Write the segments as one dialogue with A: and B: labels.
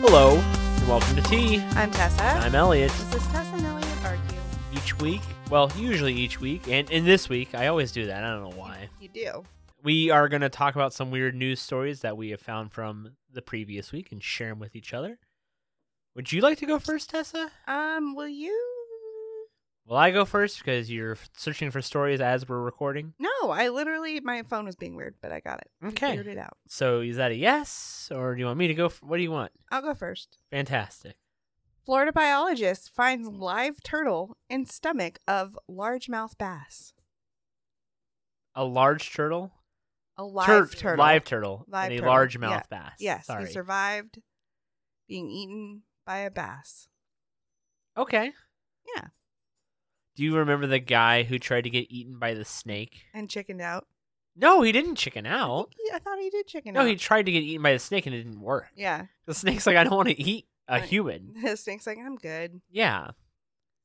A: Hello, and welcome to Tea.
B: I'm Tessa.
A: I'm Elliot.
B: this is Tessa and Elliot argue.
A: Each week, well, usually each week, and, and this week, I always do that. I don't know why.
B: You do.
A: We are going to talk about some weird news stories that we have found from the previous week and share them with each other. Would you like to go first, Tessa?
B: Um, will you?
A: Will I go first because you're searching for stories as we're recording?
B: No, I literally my phone was being weird, but I got it. We
A: Okay.
B: Figured it out.
A: So is that a yes, or do you want me to go? f what do you want?
B: I'll go first.
A: Fantastic.
B: Florida biologist finds live turtle in stomach of largemouth bass.
A: A large turtle,
B: A live
A: Tur-
B: turtle.
A: live turtle,
B: Live
A: and a
B: turtle.
A: largemouth
B: Yeah.
A: bass.
B: Yes,
A: Sorry.
B: he survived being eaten by a bass.
A: Okay.
B: Yeah.
A: Do you remember the guy who tried to get eaten by the snake?
B: And chickened out.
A: No, he didn't chicken out.
B: He- I thought he did chicken
A: No,
B: out.
A: he tried to get eaten by the snake and it didn't work.
B: Yeah.
A: The snake's like, I don't want to eat a
B: Right.
A: human.
B: The snake's like, I'm good.
A: Yeah.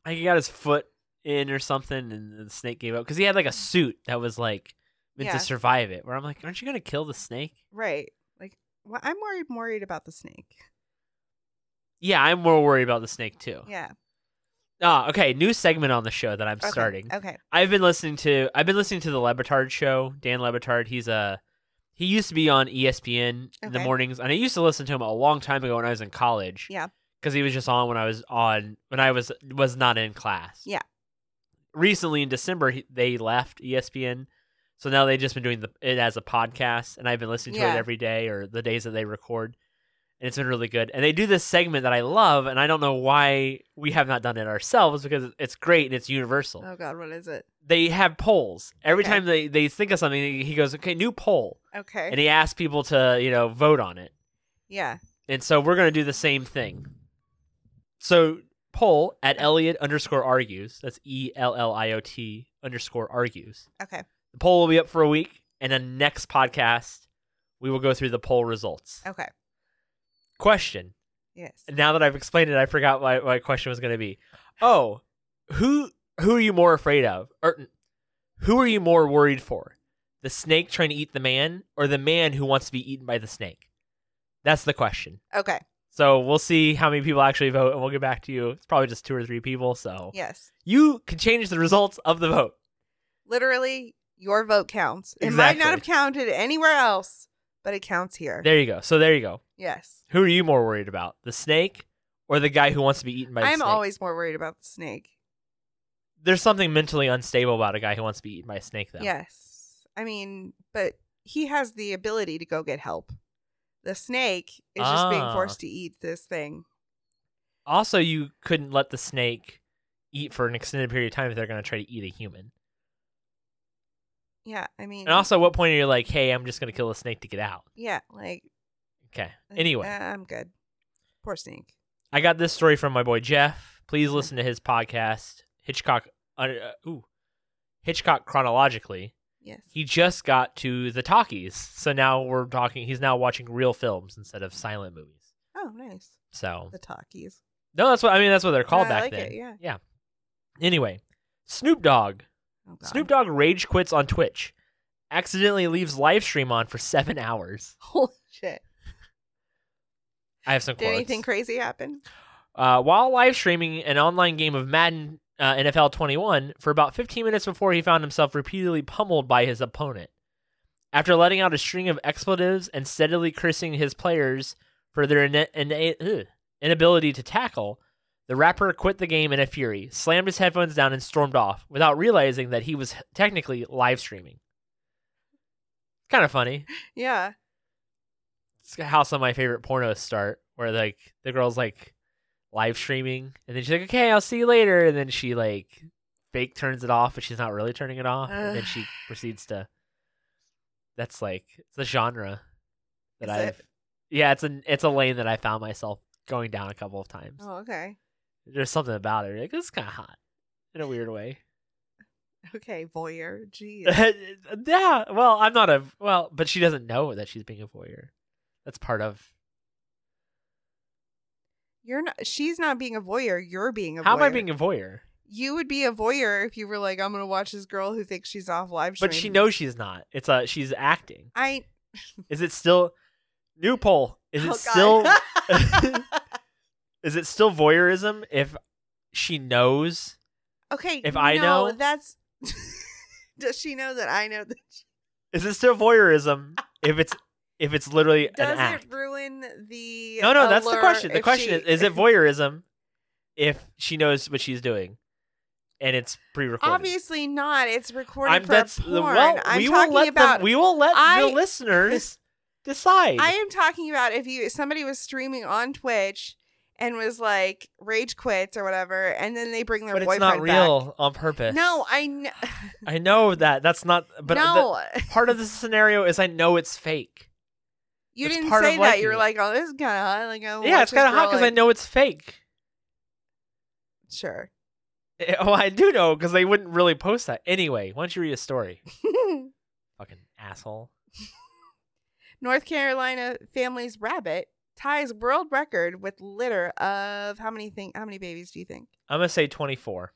A: Like he got his foot in or something and the snake gave up because he had like a suit that was like meant
B: Mm. Yeah.
A: to survive it. Where I'm like, aren't you going to kill the snake?
B: Right. Like, well, I'm worried, worried about the snake.
A: Yeah, I'm more worried about the snake too.
B: Yeah.
A: Ah, okay. New segment on the show that I'm
B: Okay,
A: starting.
B: Okay.
A: I've been listening to I've been listening to the Lebitard show. Dan Lebitard, he's a he used to be on E ESPN in the
B: Okay.
A: mornings, and I used to listen to him a long time ago when I was in college.
B: Yeah.
A: because he was just on when I was on when I was was not in class.
B: Yeah.
A: Recently in December, he, they left E ESPN, so now they've just been doing the, it as a podcast, and I've been listening to
B: Yeah.
A: it every day or the days that they record, and it's been really good. And they do this segment that I love, and I don't know why we have not done it ourselves because it's great and it's universal
B: Oh God, what is it?
A: they have polls. Every
B: Okay.
A: time they, they think of something, he goes, okay, new poll.
B: Okay.
A: And he asks people to, you know, vote on it.
B: yeah.
A: And so we're going to do the same thing. So poll at Elliot underscore argues. That's E L L I O T underscore argues.
B: Okay.
A: The poll will be up for a week. And then next podcast, we will go through the poll results.
B: Okay.
A: Question.
B: Yes.
A: Now that I've explained it, I forgot what my question was going to be. Oh, who who are you more afraid of? Or who are you more worried for? The snake trying to eat the man or the man who wants to be eaten by the snake? That's the question.
B: Okay.
A: So we'll see how many people actually vote and we'll get back to you. It's probably just two or three people, so
B: Yes.
A: you can change the results of the vote.
B: Literally, your vote counts. It might not
A: Exactly.
B: have counted anywhere else, but it counts here.
A: There you go. So there you go.
B: yes.
A: Who are you more worried about? The snake or the guy who wants to be eaten by the
B: I'm
A: snake?
B: always more worried about the snake.
A: There's something mentally unstable about a guy who wants to be eaten by a snake though.
B: Yes. I mean, but he has the ability to go get help. The snake is just being
A: Ah.
B: forced to eat this thing.
A: Also, you couldn't let the snake eat for an extended period of time if they're going to try to eat a human.
B: Yeah. I mean,
A: And also, at what point are you like, hey, I'm just going to kill the snake to get out?
B: yeah, like,
A: Okay.
B: uh,
A: Anyway,
B: I'm good. Poor snake.
A: I got this story from my boy Jeff. Please listen to his podcast, Hitchcock. Uh, uh, ooh, Hitchcock chronologically.
B: Yes.
A: He just got to the talkies, so now we're talking. He's now watching real films instead of silent movies.
B: Oh, nice.
A: So
B: The talkies.
A: no, that's what I mean. That's what they're called
B: I
A: back
B: like
A: then.
B: it, yeah.
A: Yeah. Anyway, Snoop Dogg
B: Oh, God.
A: Snoop Dogg rage quits on Twitch, accidentally leaves live stream on for seven hours.
B: Holy shit.
A: I have some
B: Did
A: quotes.
B: anything crazy happen?
A: uh, while live streaming an online game of Madden uh, NFL 21 for about 15 minutes before he found himself repeatedly pummeled by his opponent. After letting out a string of expletives and steadily cursing his players for their ina- ina- ugh, inability to tackle, the rapper quit the game in a fury, slammed his headphones down, and stormed off without realizing that he was technically live streaming. Kind of funny.
B: Yeah.
A: it's how some of my favorite pornos start, where like the girl's like live streaming, and then she's like, "Okay, I'll see you later," and then she like fake turns it off, but she's not really turning it off, and then
B: Ugh.
A: she proceeds to. That's like it's a genre that
B: Is it?
A: I've. Yeah, it's a it's a lane that I found myself going down a couple of times.
B: Oh, okay.
A: There's something about it. Like, it's kind of hot in a weird way.
B: Okay, voyeur. Jeez.
A: yeah. Well, I'm not a well, but she doesn't know that she's being a voyeur. That's part of
B: You're not she's not being a voyeur, you're being a
A: how
B: voyeur.
A: am I being a voyeur?
B: You would be a voyeur if you were like, I'm gonna watch this girl who thinks she's off live stream.
A: But she knows she's not. It's a she's acting.
B: I
A: Is it still new poll? Is it
B: Oh, God.
A: still Is it still voyeurism if she knows?
B: okay.
A: If I
B: no,
A: know-
B: that's. Does she know that I know that? She...
A: Is it still voyeurism if it's if it's literally an
B: Does
A: act?
B: it ruin the?
A: no, no, that's the
B: allure
A: question. The
B: if
A: question
B: she-
A: is: Is it voyeurism if she knows what she's doing and it's pre-recorded?
B: Obviously not. It's recorded
A: I'm
B: for
A: that's
B: a
A: the
B: porn.
A: well.
B: I'm
A: we will
B: talking
A: let
B: about.
A: them, we will let
B: I-
A: the listeners decide.
B: I am talking about if you if somebody was streaming on Twitch and was like rage quits or whatever, and then they bring their
A: but it's
B: boyfriend
A: not real
B: back.
A: on purpose.
B: No, I know.
A: I know that that's not. But the-
B: no,
A: part of the scenario is I know it's fake.
B: you
A: it's
B: didn't
A: part of
B: say that.
A: liking
B: You were
A: it.
B: like, "Oh, this is kind of hot." Like, oh,
A: yeah, it's kind of hot because
B: because
A: I know it's fake.
B: Sure.
A: Eh, Oh, I do know because they wouldn't really post that anyway. Why don't you read a story, fucking asshole?
B: North Carolina family's rabbit ties world record with litter of how many thing? How many babies do you think?
A: I'm gonna say 24.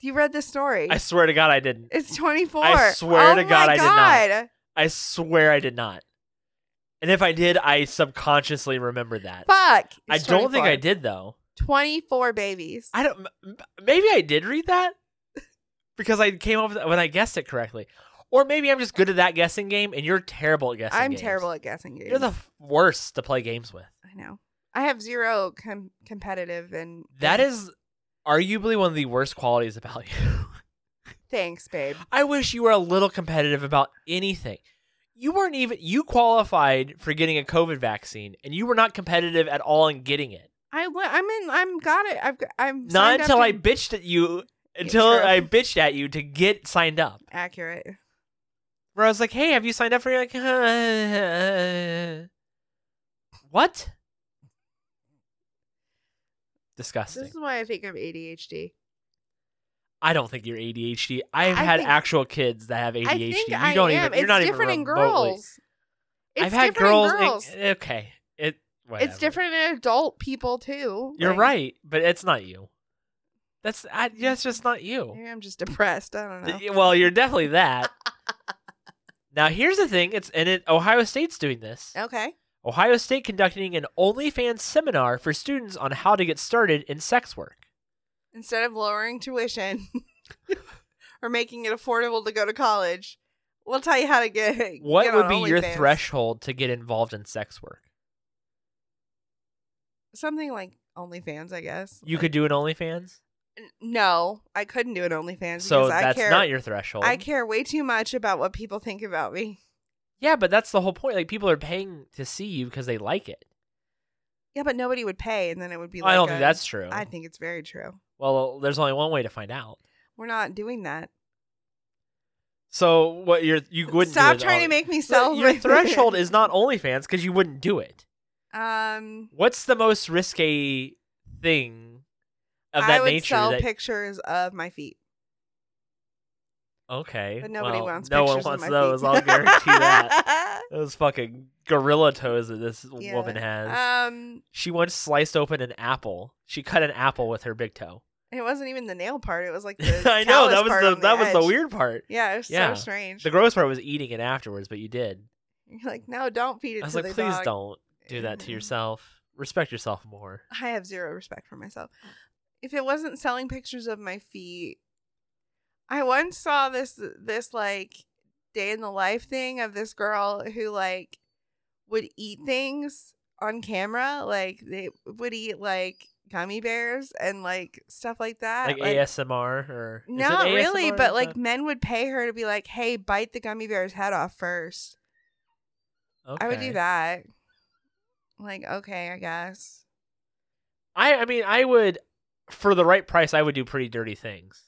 B: You read the story.
A: I swear to God, I didn't.
B: it's 24.
A: I swear
B: Oh
A: to God
B: my
A: I did not.
B: God.
A: I swear I did not. And if I did, I subconsciously remembered that.
B: Fuck.
A: I
B: It's
A: don't think I
B: 24.
A: did though.
B: 24 babies.
A: I don't. m- m- Maybe I did read that because I came up with when I guessed it correctly, or maybe I'm just good at that guessing game and you're terrible at guessing.
B: I'm
A: games.
B: terrible at guessing games.
A: You're the f- worst to play games with.
B: I know. I have zero com- competitive and
A: That is arguably one of the worst qualities about you.
B: thanks, babe.
A: I wish you were a little competitive about anything. You weren't even you qualified for getting a COVID vaccine and you were not competitive at all in getting it.
B: I w- I'm in. I'm got it. I've got, I'm
A: not
B: signed
A: until
B: up
A: I
B: to-
A: bitched at you
B: Yeah,
A: until
B: true.
A: I bitched at you to get signed up.
B: accurate.
A: Where I was like, "Hey, have you signed up for?" You're like, "Uh, "What?" Disgusting.
B: This is why I think I'm ADHD.
A: I don't think you're ADHD. I've
B: I
A: had
B: think-
A: actual kids that have ADHD.
B: I think
A: you
B: I
A: don't
B: am.
A: even.
B: it's
A: You're not
B: different
A: even
B: in
A: remotely-
B: girls. It's
A: I've had
B: different
A: girls.
B: in
A: it-
B: girls.
A: okay. It. whatever.
B: it's different in adult people too.
A: You're
B: Like,
A: right, but it's not you. That's I, that's just not you.
B: Maybe I'm just depressed. I don't know.
A: Y- Well, you're definitely that. now here's the thing. It's and it Ohio State's doing this.
B: Okay.
A: Ohio State conducting an OnlyFans seminar for students on how to get started in sex work.
B: Instead of lowering tuition or making it affordable to go to college, we'll tell you how to get.
A: What
B: get
A: would
B: on
A: be your
B: OnlyFans.
A: threshold to get involved in sex work?
B: Something like OnlyFans, I guess.
A: You could do an OnlyFans.
B: N- No, I couldn't do an OnlyFans.
A: So
B: because I
A: that's
B: care,
A: not your threshold.
B: I care way too much about what people think about me.
A: Yeah, but that's the whole point. Like people are paying to see you because they like it.
B: Yeah, but nobody would pay, and then it would be. Like
A: I don't
B: a-
A: think that's true.
B: I think it's very true.
A: well, there's only one way to find out.
B: We're not doing that.
A: So what you're you wouldn't do
B: Stop
A: it
B: trying to
A: on-
B: make me
A: Look,
B: sell.
A: Your
B: my-
A: threshold is not OnlyFans because you wouldn't do it.
B: Um,
A: What's the most risque thing of
B: I
A: that
B: would
A: nature?
B: sell
A: that,
B: pictures of my feet.
A: okay,
B: But nobody
A: well,
B: wants
A: no one
B: pictures
A: wants
B: of my
A: those.
B: feet.
A: I'll guarantee that. Those fucking gorilla toes that this
B: Yeah.
A: woman has.
B: Um,
A: she once sliced open an apple. She cut an apple with her big toe.
B: it wasn't even the nail part. It was like the.
A: I know that
B: callus
A: was
B: part
A: the,
B: on the
A: that was the
B: edge.
A: weird part.
B: Yeah, it was
A: Yeah.
B: so strange.
A: The gross part was eating it afterwards, but you did.
B: You're like, no, don't feed it.
A: I was
B: to
A: like,
B: the
A: please
B: dog." Mm-hmm.
A: don't do that to yourself. Respect yourself more.
B: I have zero respect for myself. If it wasn't selling pictures of my feet, I once saw this this like day in the life thing of this girl who like would eat things on camera, like they would eat like gummy bears and like stuff like that.
A: Like, ASMR or is it
B: not really,
A: ASMR?
B: but
A: Is
B: like
A: that-
B: men would pay her to be like, "Hey, bite the gummy bear's head off first. I would
A: Okay.
B: do that. Like, okay, I guess.
A: I I mean I would for the right price I would do pretty dirty things.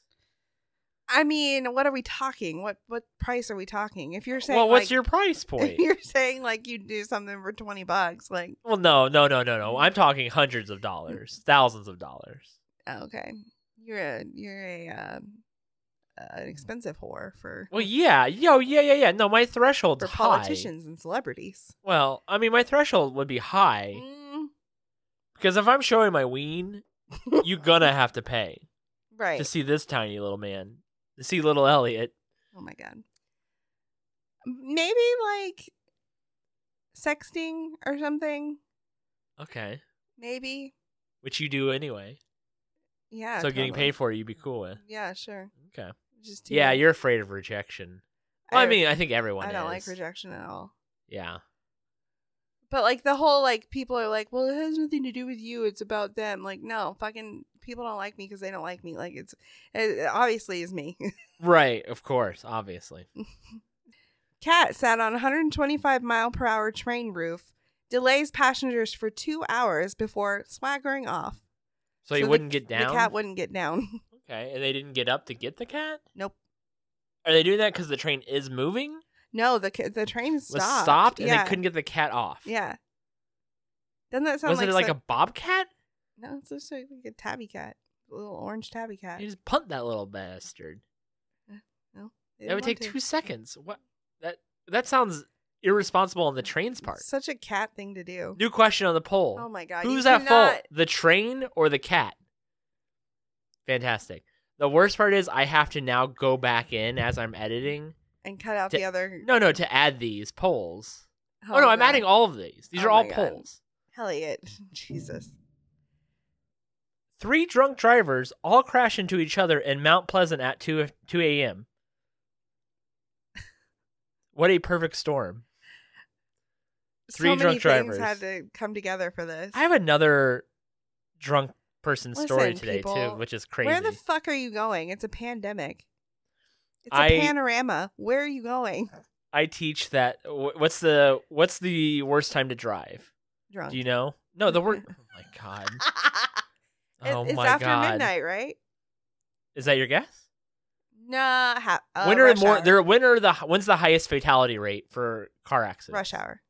B: I mean, what are we talking? What what price are we talking? If you're saying
A: Well, what's
B: like,
A: your price
B: if
A: point?
B: you're saying like you do something for twenty bucks, like
A: well, no, no, no, no, no. I'm talking hundreds of dollars, thousands of dollars.
B: oh, okay, you're a you're a um, uh, an expensive whore for
A: Well, yeah, yo, yeah, yeah, yeah. No, my threshold's
B: for
A: high.
B: politicians and celebrities.
A: Well, I mean, my threshold would be high
B: Mm,
A: because if I'm showing my ween, you're gonna have to pay
B: right.
A: to see this tiny little man, to see little Elliot.
B: oh my god. Maybe like sexting or something.
A: Okay.
B: Maybe.
A: Which you do anyway.
B: Yeah.
A: so getting
B: totally.
A: paid for it, you'd be cool with.
B: Yeah, sure.
A: Okay.
B: Just do
A: Yeah,
B: it.
A: you're afraid of rejection. Well, I, mean, I think everyone
B: I don't
A: is.
B: like rejection at all.
A: Yeah.
B: But like the whole like people are like, well, it has nothing to do with you. It's about them. Like, no, fucking people don't like me because they don't like me. Like, it's it obviously is me.
A: Right, of course, obviously.
B: Cat sat on a 125 mile per hour train roof, delays passengers for two hours before swaggering off.
A: So, he
B: the-
A: wouldn't get down.
B: The cat wouldn't get down.
A: okay, and they didn't get up to get the cat?
B: Nope.
A: Are they doing that cuz the train is moving?
B: No, the ca- the train
A: Was
B: stopped.
A: stopped, and
B: yeah.
A: they couldn't get the cat off.
B: Yeah. Doesn't that sound
A: Was
B: like
A: it like
B: so-
A: a bobcat?
B: no? It's just like a tabby cat, a little orange tabby cat.
A: You just punt that little bastard.
B: They
A: That would
B: didn't
A: take
B: want to.
A: two seconds. What? That that sounds irresponsible on the train's part.
B: Such a cat thing to do.
A: New question on the poll.
B: Oh my god! you
A: Who's at fault?
B: cannot-
A: The train or the cat? Fantastic. The worst part is I have to now go back in as I'm editing.
B: And cut out
A: To-
B: the other.
A: No, no, to add these polls. Oh,
B: Hell
A: no, I'm
B: yeah.
A: adding all of these. These
B: Oh
A: are all
B: my God.
A: polls.
B: Elliot. Jesus.
A: Three drunk drivers all crash into each other in Mount Pleasant at 2 2 a.m. What a perfect storm. Three
B: so many
A: drunk
B: things
A: drivers.
B: had to come together for this.
A: I have another drunk person story
B: Listen,
A: today
B: people,
A: too, which is crazy.
B: Where the fuck are you going? It's a pandemic. It's a
A: I-
B: panorama. Where are you going?
A: I teach that wh- what's the what's the worst time to drive?
B: Drunk.
A: Do you know? No, the worst. Oh my god.
B: It-
A: Oh
B: it's
A: my
B: after
A: god.
B: midnight, right?
A: Is that your guess?
B: Nah. Ha- uh,
A: when are
B: rush
A: more?
B: hour.
A: There. When are the? When's the highest fatality rate for car accidents?
B: rush hour.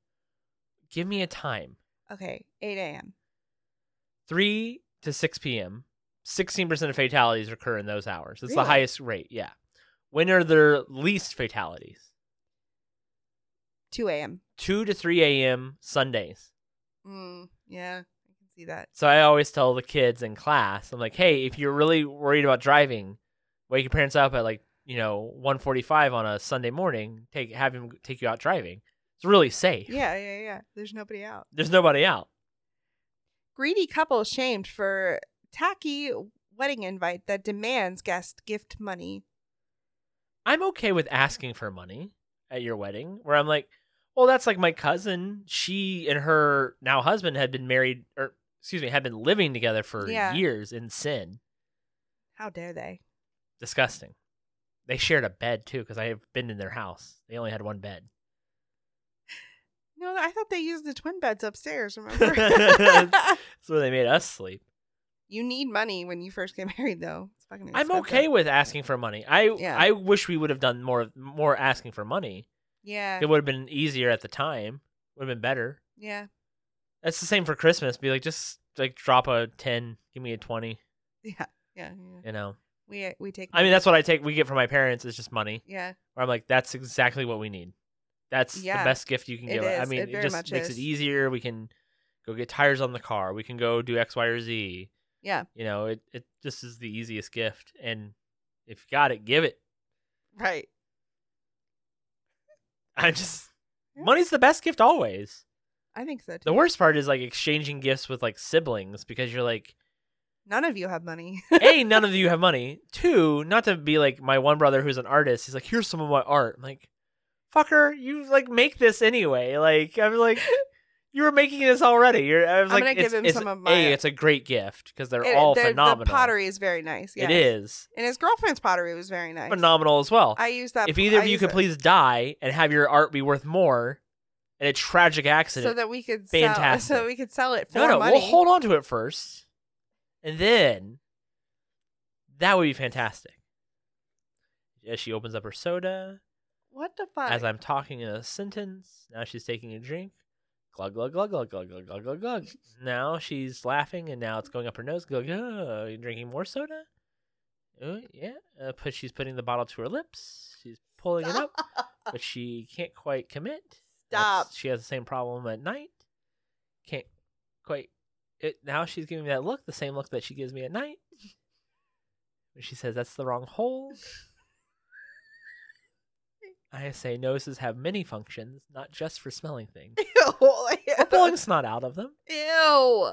A: Give me a time.
B: Okay, eight a.m.
A: Three to six p.m. Sixteen percent of fatalities occur in those hours. It's the
B: Really?
A: highest rate. Yeah. When are there least fatalities?
B: Two a.m.
A: Two to three a.m. Sundays.
B: Mm, yeah, I can see that.
A: So I always tell the kids in class, I'm like, hey, if you're really worried about driving, wake your parents up at like you know 1:45 on a Sunday morning. Take have him take you out driving. It's really safe.
B: Yeah, yeah, yeah. There's nobody out.
A: There's nobody out.
B: Greedy couple shamed for tacky wedding invite that demands guest gift money.
A: I'm okay with asking for money at your wedding, where I'm like, well, that's like my cousin. She and her now husband had been married, or excuse me, had been living together for
B: Yeah.
A: years in sin.
B: How dare they?
A: Disgusting. They shared a bed too, because I have been in their house. They only had one bed.
B: No, I thought they used the twin beds upstairs. Remember?
A: That's where they made us sleep.
B: you need money when you first get married, though. It's fucking.
A: I'm
B: Expensive.
A: okay with asking for money. I
B: Yeah.
A: I wish we would have done more more asking for money.
B: Yeah,
A: It would have been easier at the time. Would have been better.
B: yeah,
A: That's the same for Christmas. Be like just like drop a 10, give me a 20,
B: Mm-hmm. yeah, yeah, yeah.
A: you know.
B: We uh, we take.
A: I mean, that's what I take we get from my parents is just money.
B: yeah,
A: Where I'm like that's exactly what we need. That's
B: Yeah.
A: the best gift you can
B: It
A: give. I
B: is.
A: mean,
B: It
A: it,
B: very
A: just
B: much
A: makes
B: is.
A: it easier. We can go get tires on the car. We can go do X, Y, or Z.
B: yeah.
A: You know, it it just is the easiest gift and if you got it, give it.
B: Right.
A: I just
B: Yeah.
A: money's the best gift always.
B: I think so too.
A: The worst part is like exchanging gifts with like siblings because you're like,
B: None of you have money.
A: a none of you have money. Two, not to be like my one brother who's an artist. He's like, here's some of my art. I'm like, fucker, you like make this anyway. Like I'm like, you were making this already. You're I was
B: I'm
A: like,
B: gonna give
A: it's-
B: him
A: it's-
B: some of my-
A: A, it's a great gift because they're
B: It-
A: all
B: the-
A: phenomenal.
B: The pottery is very nice. Yes.
A: It is
B: And his girlfriend's pottery was very nice.
A: phenomenal as well.
B: I use that.
A: if either
B: I
A: of you
B: use
A: could
B: it
A: please die and have your art be worth more, in a tragic accident,
B: so that we could
A: Fantastic.
B: sell, so we could sell it for
A: No, no,
B: money.
A: we'll hold on to it first, and then that would be fantastic. As she opens up her soda,
B: What the fuck?
A: as I'm talking in a sentence, now she's taking a drink. Glug glug glug glug glug glug glug glug glug. Now she's laughing, and now it's going up her nose. Glug. Oh, you drinking more soda? Oh yeah. Uh, put, she's putting the bottle to her lips. She's pulling it up, but she can't quite commit. That's-
B: Stop.
A: She has the same problem at night. Can't quite. It, now she's giving me that look, the same look that she gives me at night. When she says that's the wrong hole. ISA noses have many functions, not just for smelling things, or
B: Ew.
A: pulling snot out of them.
B: Ew.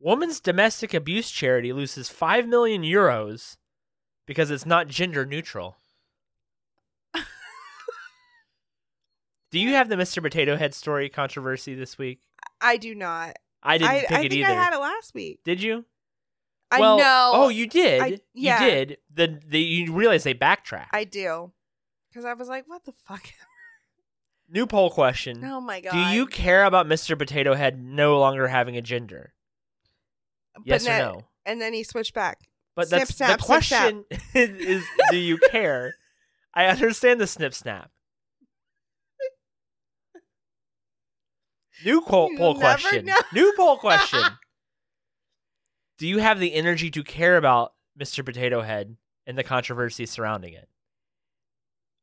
A: Woman's domestic abuse charity loses 5 million euros because it's not gender neutral. Do you have the Mr. Potato Head story controversy this week?
B: I do not.
A: I didn't
B: I,
A: pick
B: I
A: it
B: think
A: either.
B: I had it last week.
A: Did you?
B: I know.
A: Oh, you did.
B: I- yeah.
A: You did. The, the you realize they backtracked.
B: I do. Because I was like, what the fuck?
A: New poll question.
B: Oh my god.
A: Mm. Do you care about Mr. Potato Head no longer having a gender?
B: But
A: Yes or
B: then-
A: no?
B: And then he switched back.
A: But
B: Snip,
A: that's
B: snap,
A: the
B: snip, snap.
A: question is do you care? I understand the snip snap. New poll,
B: You
A: poll
B: never
A: question.
B: know.
A: New poll question. do you have the energy to care about Mr. Potato Head and the controversy surrounding it?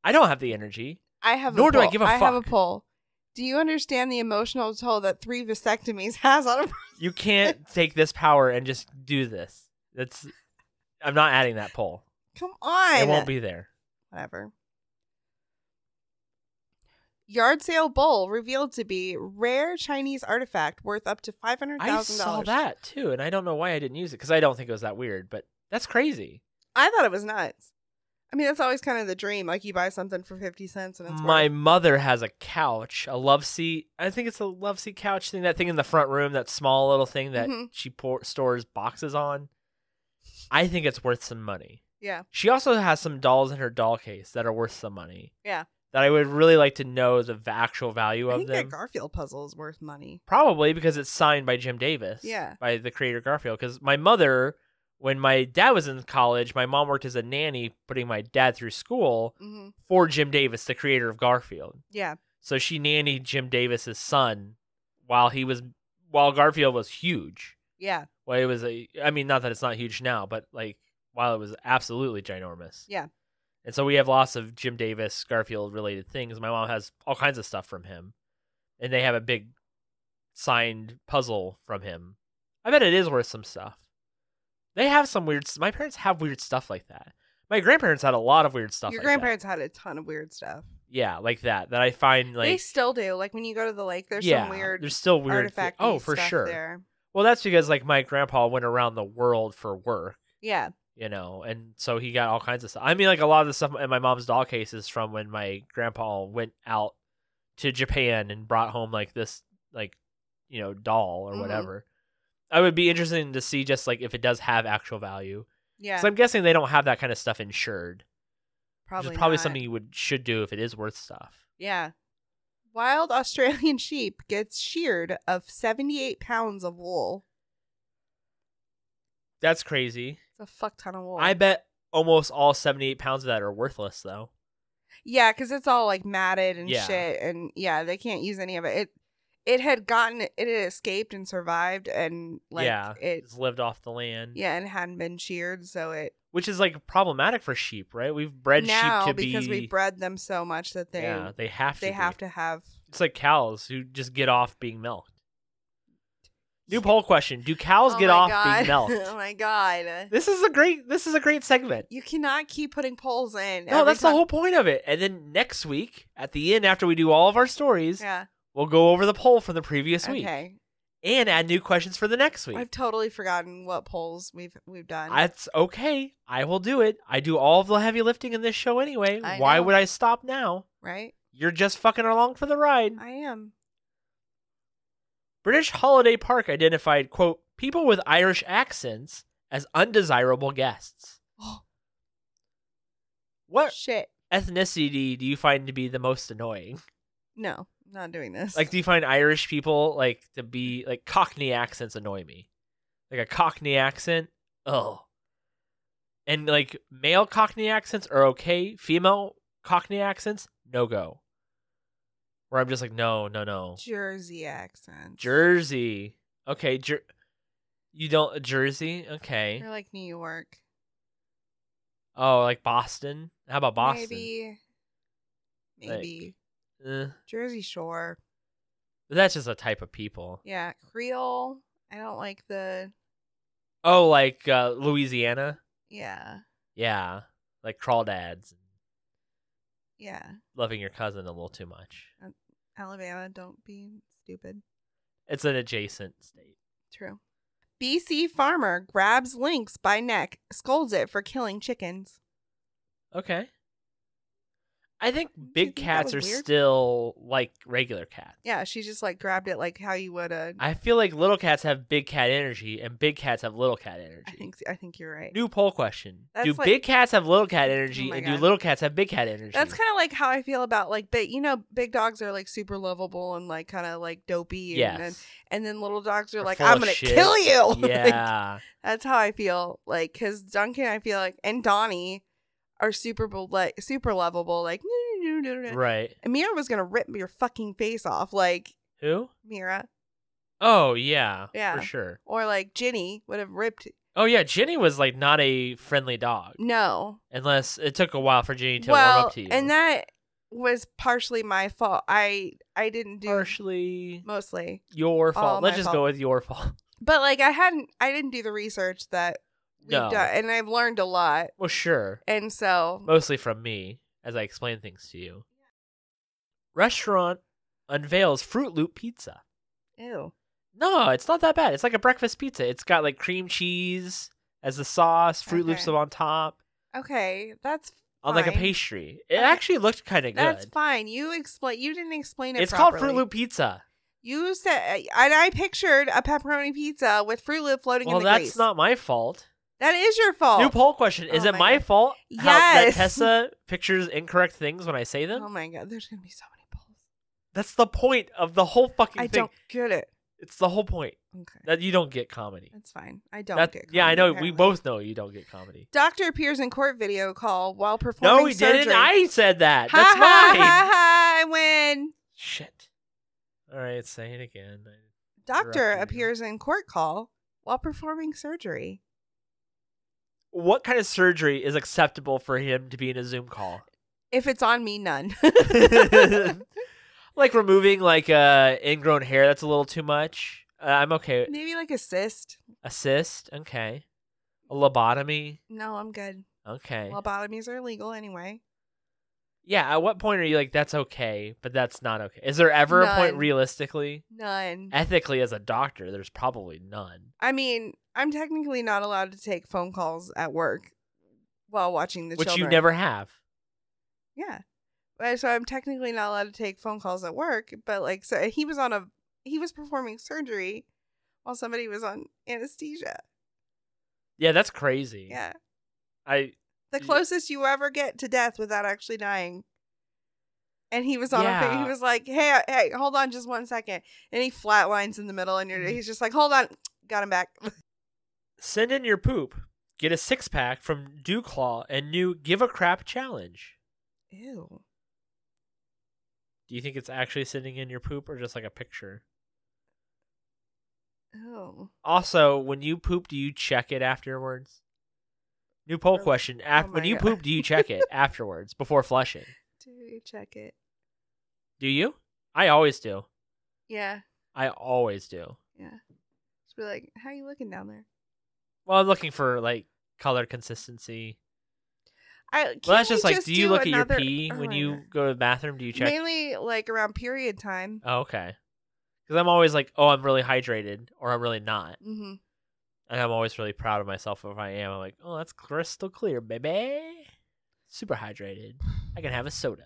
A: I don't have the energy.
B: I have.
A: Nor
B: a
A: do I
B: poll.
A: give a
B: I have a
A: fuck.
B: poll. Do you understand the emotional toll that three vasectomies has on a?
A: You can't take this power and just do this. That's I'm not adding that poll.
B: Come on.
A: It won't be there.
B: Whatever. Yard sale bowl revealed to be rare Chinese artifact worth up to five hundred
A: I
B: thousand
A: saw
B: dollars.
A: that too, and I don't know why I didn't use it because I don't think it was that weird. But that's crazy.
B: I thought it was nuts. I mean, that's always kind of the dream. Like you buy something for fifty cents and it's
A: Mm, My
B: worth-
A: mother has a couch, a love seat. I think it's a love seat couch thing. That thing in the front room, that small little thing that
B: Mhm.
A: she pour- stores boxes on. I think it's worth some money.
B: yeah.
A: She also has some dolls in her doll case that are worth some money.
B: Yeah.
A: That I would really like to know the v- actual value
B: I
A: of
B: think
A: them.
B: that Garfield puzzle is worth money.
A: Probably because it's signed by Jim Davis.
B: Yeah.
A: By the creator Garfield. Because my mother, when my dad was in college, my mom worked as a nanny putting my dad through school
B: hmm
A: for Jim Davis, the creator of Garfield.
B: Yeah.
A: So she nannied Jim Davis's son while he was while Garfield was huge.
B: Yeah.
A: Well, it was a I mean, not that it's not huge now, but like while it was absolutely ginormous.
B: Yeah.
A: And so we have lots of Jim Davis, Garfield related things. My mom has all kinds of stuff from him. And they have a big signed puzzle from him. I bet it is worth some stuff. They have some weird s- my parents have weird stuff like that. My grandparents had a lot of weird stuff
B: Your
A: like that.
B: grandparents had a ton of weird stuff.
A: Yeah, like that. That I find like
B: they still do. Like when you go to the lake, there's
A: yeah,
B: some weird
A: there's still weird thi-
B: artifact.
A: oh for
B: stuff
A: sure
B: There.
A: well that's because like my grandpa went around the world for work
B: Yeah.
A: you know and so he got all kinds of stuff i mean like a lot of the stuff in my mom's doll case is from when my grandpa went out to japan and brought home like this like you know doll or
B: Mhm.
A: whatever i would be interested to see just like if it does have actual value
B: Yeah.
A: so i'm guessing they don't have that kind of stuff insured
B: probably
A: which is probably
B: not.
A: something you would should do if it is worth stuff
B: Yeah. Wild Australian sheep gets sheared of 78 pounds of wool.
A: that's crazy
B: It's a fuck ton of wool.
A: i bet almost all 78 pounds of that are worthless though
B: yeah, because it's all like matted and
A: Yeah.
B: shit, and yeah, they can't use any of it. It it had gotten it had escaped and survived, and like
A: yeah,
B: it
A: it's lived off the land.
B: yeah, and hadn't been sheared, so it
A: which is like problematic for sheep, right? We've bred
B: now
A: sheep to
B: because
A: be
B: we bred them so much that they
A: yeah, they have to
B: they
A: be.
B: have to have
A: It's like cows who just get off being milked. New poll question: Do cows
B: Oh
A: get
B: my
A: off
B: God.
A: being milked?
B: oh my god,
A: this is a great this is a great segment.
B: you cannot keep putting polls in.
A: No,
B: every
A: that's the
B: time-
A: whole point of it. And then next week, at the end, after we do all of our stories,
B: yeah.
A: we'll go over the poll from the previous week
B: Okay,
A: and add new questions for the next week.
B: I've totally forgotten what polls we've we've done.
A: That's okay. I will do it. I do all of the heavy lifting in this show anyway.
B: I
A: Why
B: know.
A: would I stop now?
B: right?
A: You're just fucking along for the ride.
B: I am.
A: British Holiday Park identified, quote, people with Irish accents as undesirable guests.
B: Oh
A: What
B: shit.
A: ethnicity do you find to be the most annoying?
B: No, not doing this.
A: Like, do you find Irish people, like, to be, like, Cockney accents annoy me? Like, a Cockney accent? Ugh. And, like, male Cockney accents are okay. Female Cockney accents? No go. Where I'm just like, no, no, no.
B: Jersey accent.
A: Jersey. Okay, Jer- you don't Jersey. Okay.
B: Or like New York.
A: Oh, like Boston. How about Boston?
B: Maybe. Maybe
A: Eh,
B: Jersey Shore.
A: but that's just a type of people.
B: Yeah, Creole. I don't like the.
A: Oh, like uh, Louisiana.
B: Yeah.
A: Yeah, like crawdads.
B: Yeah.
A: loving your cousin a little too much.
B: Alabama, don't be stupid.
A: It's an adjacent state.
B: True. BC farmer grabs lynx by neck, scolds it for killing chickens.
A: Okay. I think
B: you
A: big
B: think that
A: cats are
B: was weird?
A: still like regular cats.
B: Yeah, she just like grabbed it like how you would a. I
A: I feel like little cats have big cat energy and big cats have little cat energy.
B: think I think you're right.
A: New poll question.
B: That's
A: do
B: like-
A: big cats have little cat energy
B: Oh my
A: and do
B: God.
A: little cats have big cat energy?
B: That's kind of like how I feel about like, but you know, big dogs are like super lovable and like kind of like dopey, and,
A: Yes.
B: and and then little dogs are
A: They're
B: like,
A: full of
B: I'm gonna
A: shit.
B: kill you. Like,
A: Yeah.
B: that's how I feel. Like, cause Duncan, I feel like, and Donnie are super bo- like super lovable. Like,
A: right.
B: And Mira was gonna rip your fucking face off, like
A: Who?
B: Mira,
A: Oh yeah.
B: Yeah.
A: For sure.
B: or like Ginny would have ripped.
A: Oh yeah, Ginny was like not a friendly dog.
B: No,
A: Unless it took a while for Ginny to warm
B: well,
A: up to you.
B: and that was partially my fault. I I didn't do
A: partially
B: mostly,
A: your
B: all
A: fault. Let's
B: Oh, my
A: just
B: fault.
A: go with your fault.
B: but like I hadn't I didn't do the research that we've
A: No.
B: done, and I've learned a lot,
A: Well, sure.
B: and so
A: Mostly from me as I explain things to you. Restaurant unveils Fruit Loop pizza.
B: ew,
A: No, it's not that bad. It's like a breakfast pizza. It's got like cream cheese as the sauce, Fruit Loops
B: Okay.
A: on top,
B: okay, that's
A: on like a
B: Fine.
A: pastry. It
B: Okay.
A: actually looked kind of
B: that's
A: good.
B: fine. You explain. You didn't explain it.
A: It's called Fruit
B: properly.
A: Loop pizza.
B: You said, uh, and I pictured a pepperoni pizza with Fruit Loop floating
A: Well,
B: in the
A: that's
B: grease.
A: not my fault.
B: that is your fault.
A: New poll question: Is
B: Oh
A: it
B: my
A: my
B: God.
A: fault how that
B: Yes.
A: Tessa pictures incorrect things when I say them?
B: Oh my god, there's gonna be so many polls.
A: That's the point of the whole fucking
B: I
A: thing.
B: don't get it.
A: It's the whole point
B: Okay,
A: that you don't get comedy.
B: that's fine. I don't
A: That-
B: get. Comedy,
A: yeah, I know. We
B: apparently.
A: both know you don't get comedy.
B: Doctor appears in court video call while performing.
A: No, we
B: surgery.
A: didn't. I said that.
B: Ha,
A: That's
B: ha,
A: mine.
B: Ha, ha, I win.
A: Shit. All right, say it again.
B: Doctor
A: Interrupted you.
B: appears in court call while performing surgery.
A: What kind of surgery is acceptable for him to be in a Zoom call?
B: If it's on me, none.
A: like removing like uh ingrown hair. That's a little too much. Uh, I'm okay.
B: Maybe like a cyst.
A: Assist. Okay. A lobotomy.
B: No, I'm good.
A: Okay.
B: Lobotomies are illegal anyway.
A: Yeah. At what point are you like that's okay, but that's not okay? Is there ever a point
B: None.
A: realistically?
B: None.
A: ethically as a doctor there's probably none
B: I mean, I'm technically not allowed to take phone calls at work while watching the
A: which
B: children.
A: you never have
B: Yeah. But so I'm technically not allowed to take phone calls at work, but like so he was on a he was performing surgery while somebody was on anesthesia.
A: yeah that's crazy
B: Yeah.
A: i
B: The
A: Yeah.
B: closest you ever get to death without actually dying. And he was on a
A: Yeah.
B: he was like, "Hey, hey, hold on just one second. And he flatlines in the middle and you're,
A: Mm-hmm.
B: he's just like, "Hold on. Got him back."
A: send in your poop get a six-pack from dewclaw and new give a crap challenge
B: Ew.
A: do you think it's actually sending in your poop or just like a picture
B: Oh.
A: also when you poop do you check it afterwards new poll
B: Oh,
A: question af-
B: oh
A: when
B: my
A: you
B: God.
A: poop do you check it afterwards before flushing
B: Do you check it?
A: do you i always do
B: Yeah.
A: i always do
B: Just be like, "How you looking down there?"
A: well i'm looking for like color consistency
B: I can't
A: Well, that's
B: we
A: just like, do you look
B: another-
A: at your pee
B: Oh
A: when
B: my
A: you
B: God.
A: go to the bathroom? Do you check?
B: mainly like around period time.
A: oh, okay. Because I'm always like, oh, I'm really hydrated, or I'm really not,
B: hmm
A: and I'm always really proud of myself if I am. I'm like, oh, that's crystal clear, baby. Super hydrated. I can have a soda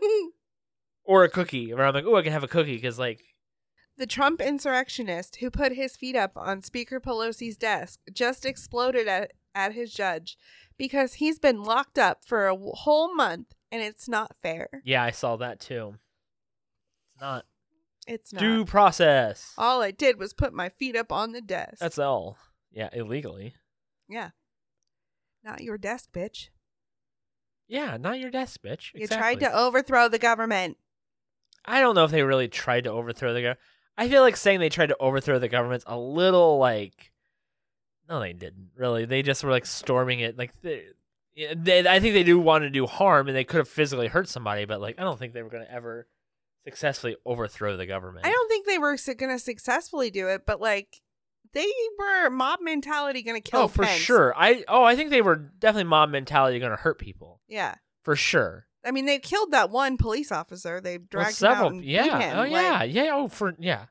A: or a cookie. Or I'm like, oh, I can have a cookie because like,
B: the Trump insurrectionist who put his feet up on Speaker Pelosi's desk just exploded at, at his judge because he's been locked up for a wh- whole month and it's not fair.
A: yeah, I saw that too. It's not,
B: It's not.
A: due process.
B: All I did was put my feet up on the desk.
A: That's all. Yeah, illegally.
B: yeah. Not your desk, bitch.
A: Yeah, not your desk, bitch.
B: You tried
A: Exactly.
B: to overthrow the government.
A: I don't know if they really tried to overthrow the government. I feel like saying they tried to overthrow the government's a little like, no, they didn't really. They just were like storming it. Like they, yeah, they I think they do want to do harm, and they could have physically hurt somebody, but like I don't think they were going to ever successfully overthrow the government.
B: I don't think they were going to successfully do it, but like they were mob mentality going to kill
A: oh, for
B: Pence.
A: sure. I oh, I think they were definitely mob mentality going to hurt people
B: Yeah.
A: for sure.
B: I mean, they killed that one police officer. They dragged
A: Well,
B: him out and beat
A: yeah.
B: him,
A: oh
B: like-
A: yeah. Yeah. Oh for yeah.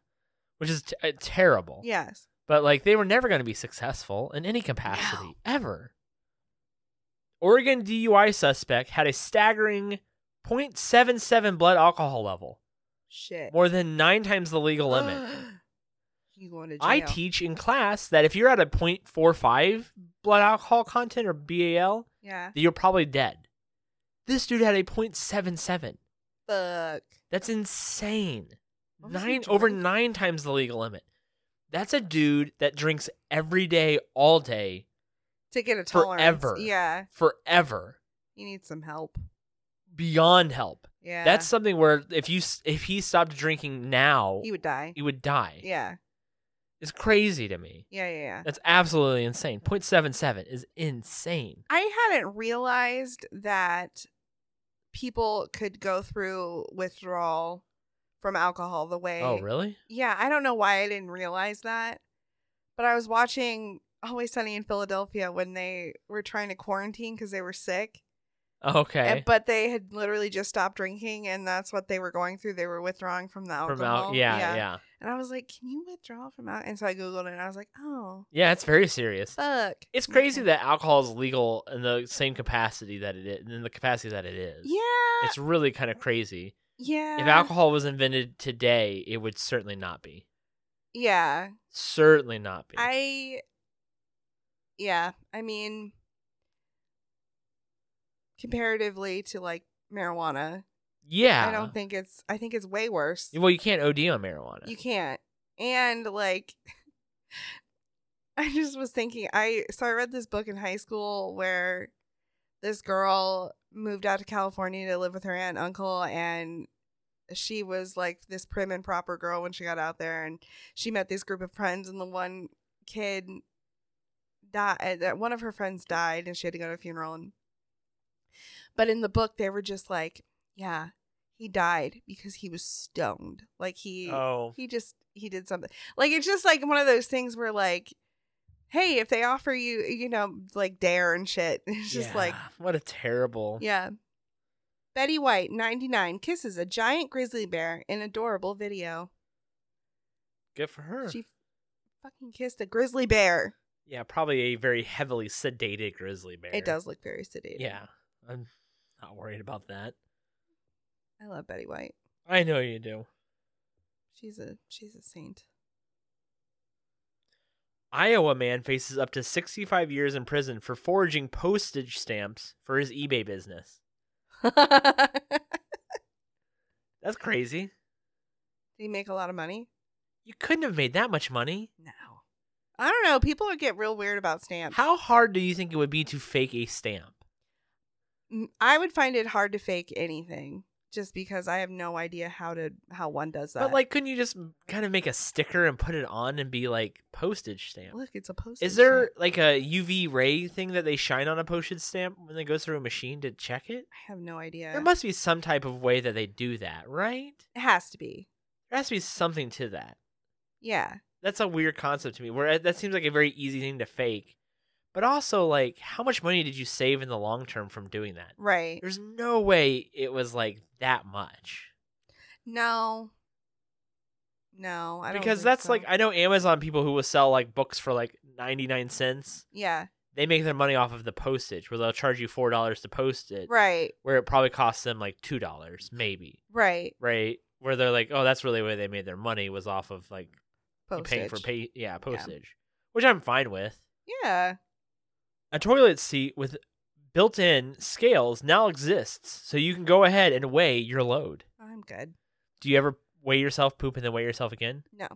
A: Which is t- uh, terrible.
B: Yes.
A: But like they were never going to be successful in any capacity ever. Oregon DUI suspect had a staggering 0.77 blood alcohol level,
B: Shit.
A: more than 9 times the legal limit.
B: you going to jail?
A: I teach in class that if you're at a 0.45 blood alcohol content or BAL,
B: Yeah.
A: that you're probably dead. This dude had a 0.77.
B: Fuck.
A: That's insane.
B: What was he
A: Nine over
B: drunk?
A: nine times the legal limit. That's a dude that drinks every day, all day,
B: To get a tolerance.
A: Forever.
B: Yeah.
A: forever,
B: You need some help.
A: beyond help.
B: Yeah.
A: That's something where if you s- if he stopped drinking now,
B: he would die.
A: he would die.
B: Yeah.
A: It's crazy to me.
B: Yeah. Yeah. Yeah.
A: That's absolutely insane. 0.77 is insane.
B: I hadn't realized that people could go through withdrawal from alcohol the way.
A: Oh, really?
B: Yeah, I don't know why I didn't realize that, but I was watching Always Sunny in Philadelphia when they were trying to quarantine because they were sick, and-
A: Okay.
B: but they had literally just stopped drinking, and that's what they were going through. They were withdrawing from the alcohol.
A: From out, yeah, yeah, yeah,
B: And I was like, "Can you withdraw from out?" And so I googled it, and I was like, "Oh,
A: It's very serious.
B: fuck."
A: It's crazy
B: Okay.
A: that alcohol is legal in the same capacity that it is, in the capacity that it is.
B: Yeah.
A: It's really kind of crazy.
B: yeah.
A: If alcohol was invented today, it would certainly not be.
B: Yeah.
A: Certainly not be.
B: I yeah, I mean comparatively to like marijuana,
A: yeah.
B: I don't think it's I think it's way worse.
A: Well, you can't OD on marijuana.
B: You can't. And like I just was thinking I so I read this book in high school where this girl moved out to California to live with her aunt and uncle and she was like this prim and proper girl when she got out there and she met this group of friends and the one kid died that one of her friends died and she had to go to a funeral and but in the book they were just like yeah he died because he was stoned like he
A: oh.
B: he just he did something like it's just like one of those things where like hey if they offer you you know like dare and shit it's just like
A: Yeah. what a terrible.
B: yeah betty white 99 kisses a giant grizzly bear in adorable video
A: Good for her.
B: she fucking kissed a grizzly bear
A: yeah, probably a very heavily sedated grizzly bear.
B: it does look very sedated
A: Yeah. I'm not worried about that.
B: i love betty white
A: I know you do.
B: she's a she's a saint
A: Iowa man faces up to 65 years in prison for forging postage stamps for his eBay business.
B: did
A: That's crazy.
B: he make a lot of money
A: You couldn't have made that much money.
B: no i don't know people get real weird about stamps
A: How hard do you think it would be to fake a stamp?
B: Mm, I would find it hard to fake anything just because I have no idea how to how one does that.
A: But like, couldn't you just kind of make a sticker and put it on and be like postage stamp?
B: look, it's a post.
A: Is there like a UV ray thing that they shine on a postage stamp when it goes through a machine to check it?
B: I have no idea.
A: There must be some type of way that they do that, right?
B: it has to be.
A: There has to be something to that.
B: Yeah.
A: That's a weird concept to me. Where uh, that seems like a very easy thing to fake, but also like, how much money did you save in the long term from doing that?
B: Right.
A: There's no way it was like that much.
B: No. No, I don't
A: because
B: think
A: that's
B: so.
A: like I know Amazon people who will sell like books for like 99 cents.
B: Yeah.
A: They make their money off of the postage where they'll charge you $4 to post it
B: Right.
A: where it probably costs them like $2 maybe,
B: Right.
A: right? Where they're like, "Oh, that's really where they made their money was off of like you
B: Postage.
A: paying for pay yeah, postage." Which I'm fine with.
B: Yeah.
A: A toilet seat with built-in scales now exists so you can go ahead and weigh your load.
B: I'm good.
A: Do you ever weigh yourself poop and then weigh yourself again?
B: No.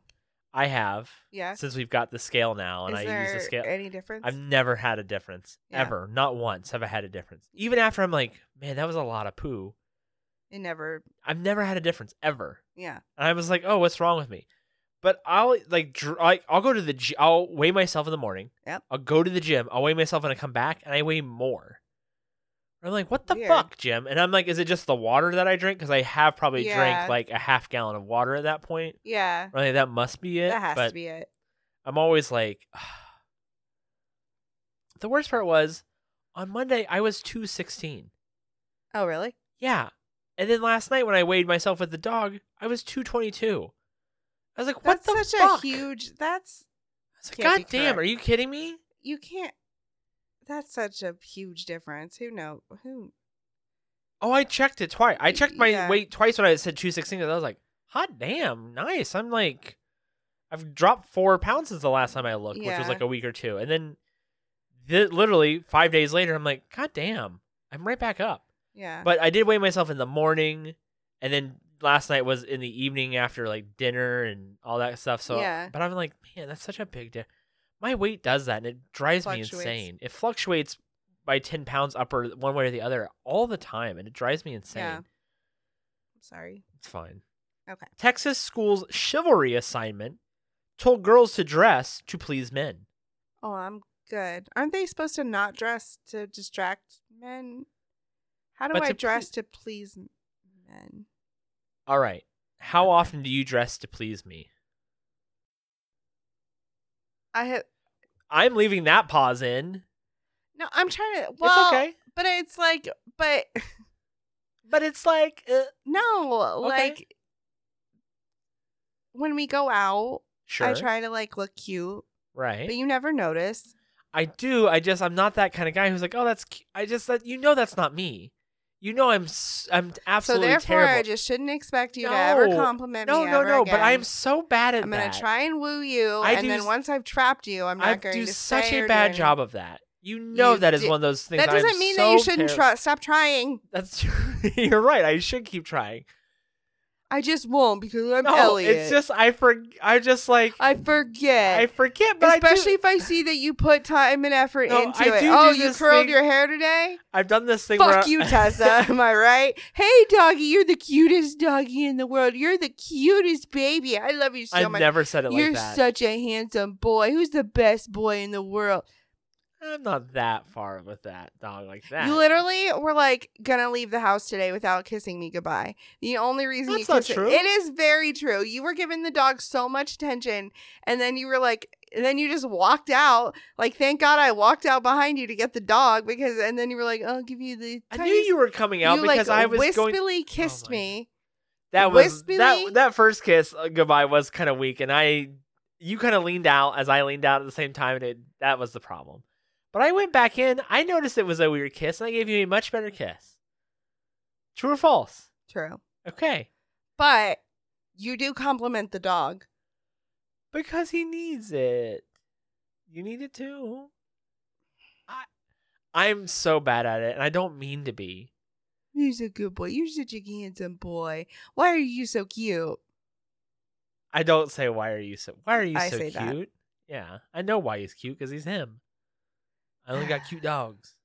A: I have.
B: Yeah.
A: Since we've got the scale now and
B: Is
A: I
B: there
A: use the scale.
B: any difference?
A: I've never had a difference
B: Yeah.
A: ever. Not once have I had a difference. Even after I'm like, man, that was a lot of poo.
B: It never
A: I've never had a difference ever.
B: yeah.
A: And I was like, oh, what's wrong with me? But I'll like, dr- like I'll go to the gy- I'll weigh myself in the morning.
B: Yep.
A: I'll go to the gym. I'll weigh myself when I come back, and I weigh more. I'm like, what the
B: Weird.
A: fuck, Jim? And I'm like, is it just the water that I drink? Because I have probably
B: Yeah.
A: drank like a half gallon of water at that point.
B: Yeah.
A: I'm like, that must be it.
B: That has
A: but
B: to be it.
A: I'm always like, the worst part was on Monday I was two sixteen.
B: Oh really?
A: Yeah. And then last night when I weighed myself with the dog, I was 222. I was like, what
B: That's
A: the
B: such
A: fuck?
B: a huge. That's
A: I was like,
B: Can't
A: God
B: be
A: damn,
B: correct.
A: are you kidding me?
B: you can't. That's such a huge difference. Who know? Who?
A: Oh, I checked it twice. I checked my
B: Yeah.
A: weight twice when I said 216. And I was like, hot damn, nice. I'm like, I've dropped four pounds since the last time I looked, which was
B: Yeah.
A: like a week or two. And then th- literally five days later, I'm like, God damn, I'm right back up.
B: Yeah.
A: But I did weigh myself in the morning, and then last night was in the evening after like dinner and all that stuff. So,
B: Yeah.
A: but I'm like, man, that's such a big difference. My weight does that, and it drives me
B: Fluctuates.
A: insane. It fluctuates by ten pounds up or one way or the other all the time, and it drives me insane.
B: Yeah. Sorry.
A: It's fine.
B: Okay.
A: Texas school's chivalry assignment told girls to dress to please men.
B: Oh, I'm good. Aren't they supposed to not dress to distract men? How do
A: But
B: I
A: to ple-
B: dress to please men?
A: All right. How often do you dress to please me?
B: I have
A: I'm leaving that pause in.
B: no. I'm trying to. Well,
A: it's okay.
B: but it's like, but
A: But it's like, uh,
B: no,
A: Okay.
B: like when we go out,
A: sure.
B: I try to like look cute,
A: Right.
B: but you never notice.
A: I do. I just I'm not that kind of guy who's like, oh, that's. Cu-. I just that you know that's not me. You know I'm s- I'm
B: So
A: absolutely
B: therefore,
A: terrible.
B: I just shouldn't expect you to ever
A: No.
B: compliment
A: no,
B: me.
A: no,
B: ever
A: no. But
B: again.
A: I am so bad at
B: I'm
A: that.
B: gonna try and woo you,
A: I
B: and
A: do
B: then
A: s-
B: once I've trapped you, I'm not
A: I
B: going
A: do
B: to
A: such
B: say or
A: a
B: do
A: bad
B: anything.
A: job of that. You know that is
B: did-
A: one of those things.
B: That doesn't
A: I'm
B: mean that you
A: so
B: shouldn't
A: terri-
B: try. Stop trying.
A: That's you're right. I should keep trying.
B: I just won't because I'm
A: No,
B: Elliot.
A: it's just I for I just like I,
B: I forget.
A: forget. But
B: Especially
A: I do,
B: if I see that you put time and effort
A: No,
B: into
A: I
B: it.
A: do
B: Oh,
A: do
B: you
A: this
B: curled
A: thing-
B: your hair today?
A: I've done this thing. where
B: Fuck
A: I-
B: you, Tessa. Am I right? Hey, doggy, you're the cutest doggy in the world. You're the cutest baby. I love you so
A: I
B: much.
A: never said it
B: you're
A: like that.
B: such a handsome boy. Who's the best boy in the world?
A: I'm not that far with that dog like that.
B: You literally were like gonna leave the house today without kissing me goodbye. The only reason you
A: That's not
B: kissed me-
A: true.
B: it is very true. You were giving the dog so much attention, and then you were like, and then you just walked out. Like, thank God I walked out behind you to get the dog because, and then you were like, I'll give you the.
A: I knew you were coming out
B: You like
A: because I was
B: wispily
A: going. Oh
B: kissed
A: my
B: me.
A: That was
B: wispily-
A: that that first kiss uh, goodbye was kind of weak, and I you kind of leaned out as I leaned out at the same time, and it, that was the problem. But I went back in. I noticed it was a weird kiss, and I gave you a much better kiss. True or false?
B: True,
A: Okay,
B: but you do compliment the dog.
A: because he needs it. You need it too. I I'm so bad at it, and I don't mean to be.
B: He's a good boy. You're such a handsome boy. Why are you so cute?
A: I don't say why are you so why are you
B: I
A: so
B: say
A: cute?
B: that.
A: Yeah, I know why he's cute because he's him. I only got cute dogs.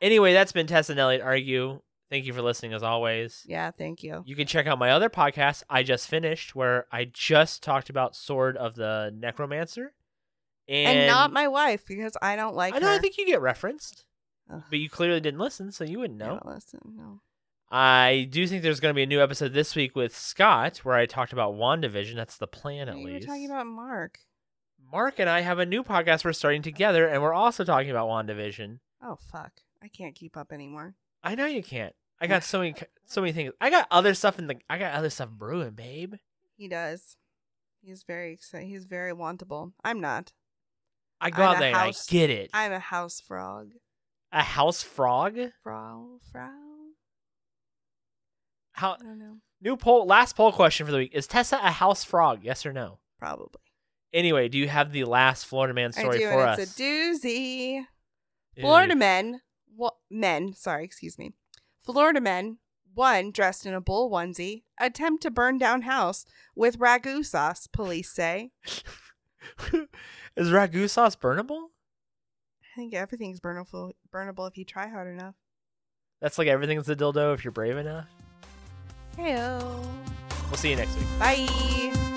A: Anyway, that's been Tess and Elliot argue. Thank you for listening as always.
B: yeah, thank you.
A: You can check out my other podcast I just finished where I just talked about Sword of the Necromancer. And,
B: and, not my wife because I don't like
A: I know
B: her.
A: I think you get referenced,
B: Ugh,
A: but you clearly didn't listen, so you wouldn't
B: I
A: know.
B: don't listen, no.
A: I do think there's going to be a new episode this week with Scott where I talked about WandaVision. That's the plan at
B: You were
A: least.
B: talking about Mark.
A: Mark and I have a new podcast we're starting together, and we're also talking about WandaVision.
B: Oh fuck, I can't keep up anymore.
A: I know you can't. I got so many, so many things. I got other stuff in the. I got other stuff brewing, babe.
B: He does. He's very excited. He's very wantable. I'm not.
A: I go
B: I'm
A: out
B: a
A: there and I
B: house-
A: get it.
B: I'm a house frog.
A: a house frog.
B: Frog, frog.
A: How
B: I don't know.
A: new poll? Last poll question for the week: Is Tessa a house frog? Yes or no?
B: Probably.
A: Anyway, do you have the last Florida man
B: I
A: story
B: do,
A: for
B: and
A: us?
B: it's a doozy.
A: Ew.
B: Florida men, wa- men, sorry, excuse me. Florida men, one dressed in a bull onesie, attempt to burn down house with ragu sauce, police say.
A: Is ragu sauce burnable?
B: I think everything's burnable, burnable if you try hard enough.
A: That's like everything's a dildo if you're brave enough.
B: Heyo.
A: We'll see you next week.
B: Bye.